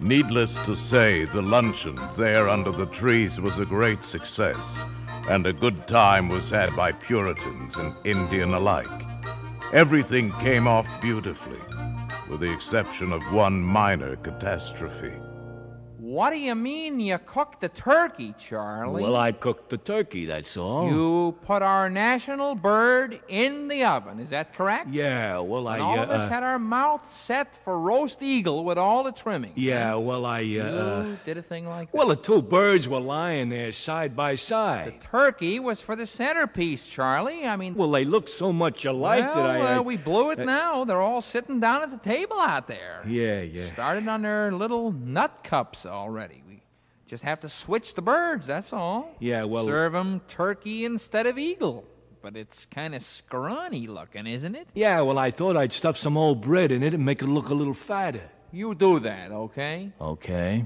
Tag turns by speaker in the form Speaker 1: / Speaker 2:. Speaker 1: Needless to say, the luncheon there under the trees was a great success, and a good time was had by Puritans and Indian alike. Everything came off beautifully, with the exception of one minor catastrophe.
Speaker 2: What do you mean you cooked the turkey, Charlie?
Speaker 3: Well, I cooked the turkey, that's all.
Speaker 2: You put our national bird in the oven, is that correct?
Speaker 3: Yeah, well, I.
Speaker 2: And all
Speaker 3: uh,
Speaker 2: of us
Speaker 3: uh,
Speaker 2: had our mouths set for roast eagle with all the trimming.
Speaker 3: yeah, well, I. Uh, uh,
Speaker 2: You did a thing like that.
Speaker 3: well, the two birds were lying there side by side.
Speaker 2: Turkey was for the centerpiece, Charlie. I mean,
Speaker 3: Well, they looked so much alike
Speaker 2: well,
Speaker 3: that I. I-
Speaker 2: uh, we blew it now. They're all sitting down at the table out there.
Speaker 3: Yeah, yeah.
Speaker 2: Started on their little nut cups already. We just have to switch the birds, that's all.
Speaker 3: Yeah, well-
Speaker 2: Serve them turkey instead of eagle. But it's kind of scrawny looking, isn't it?
Speaker 3: Yeah, well, I thought I'd stuff some old bread in it and make it look a little fatter.
Speaker 2: You do that, okay?
Speaker 3: Okay.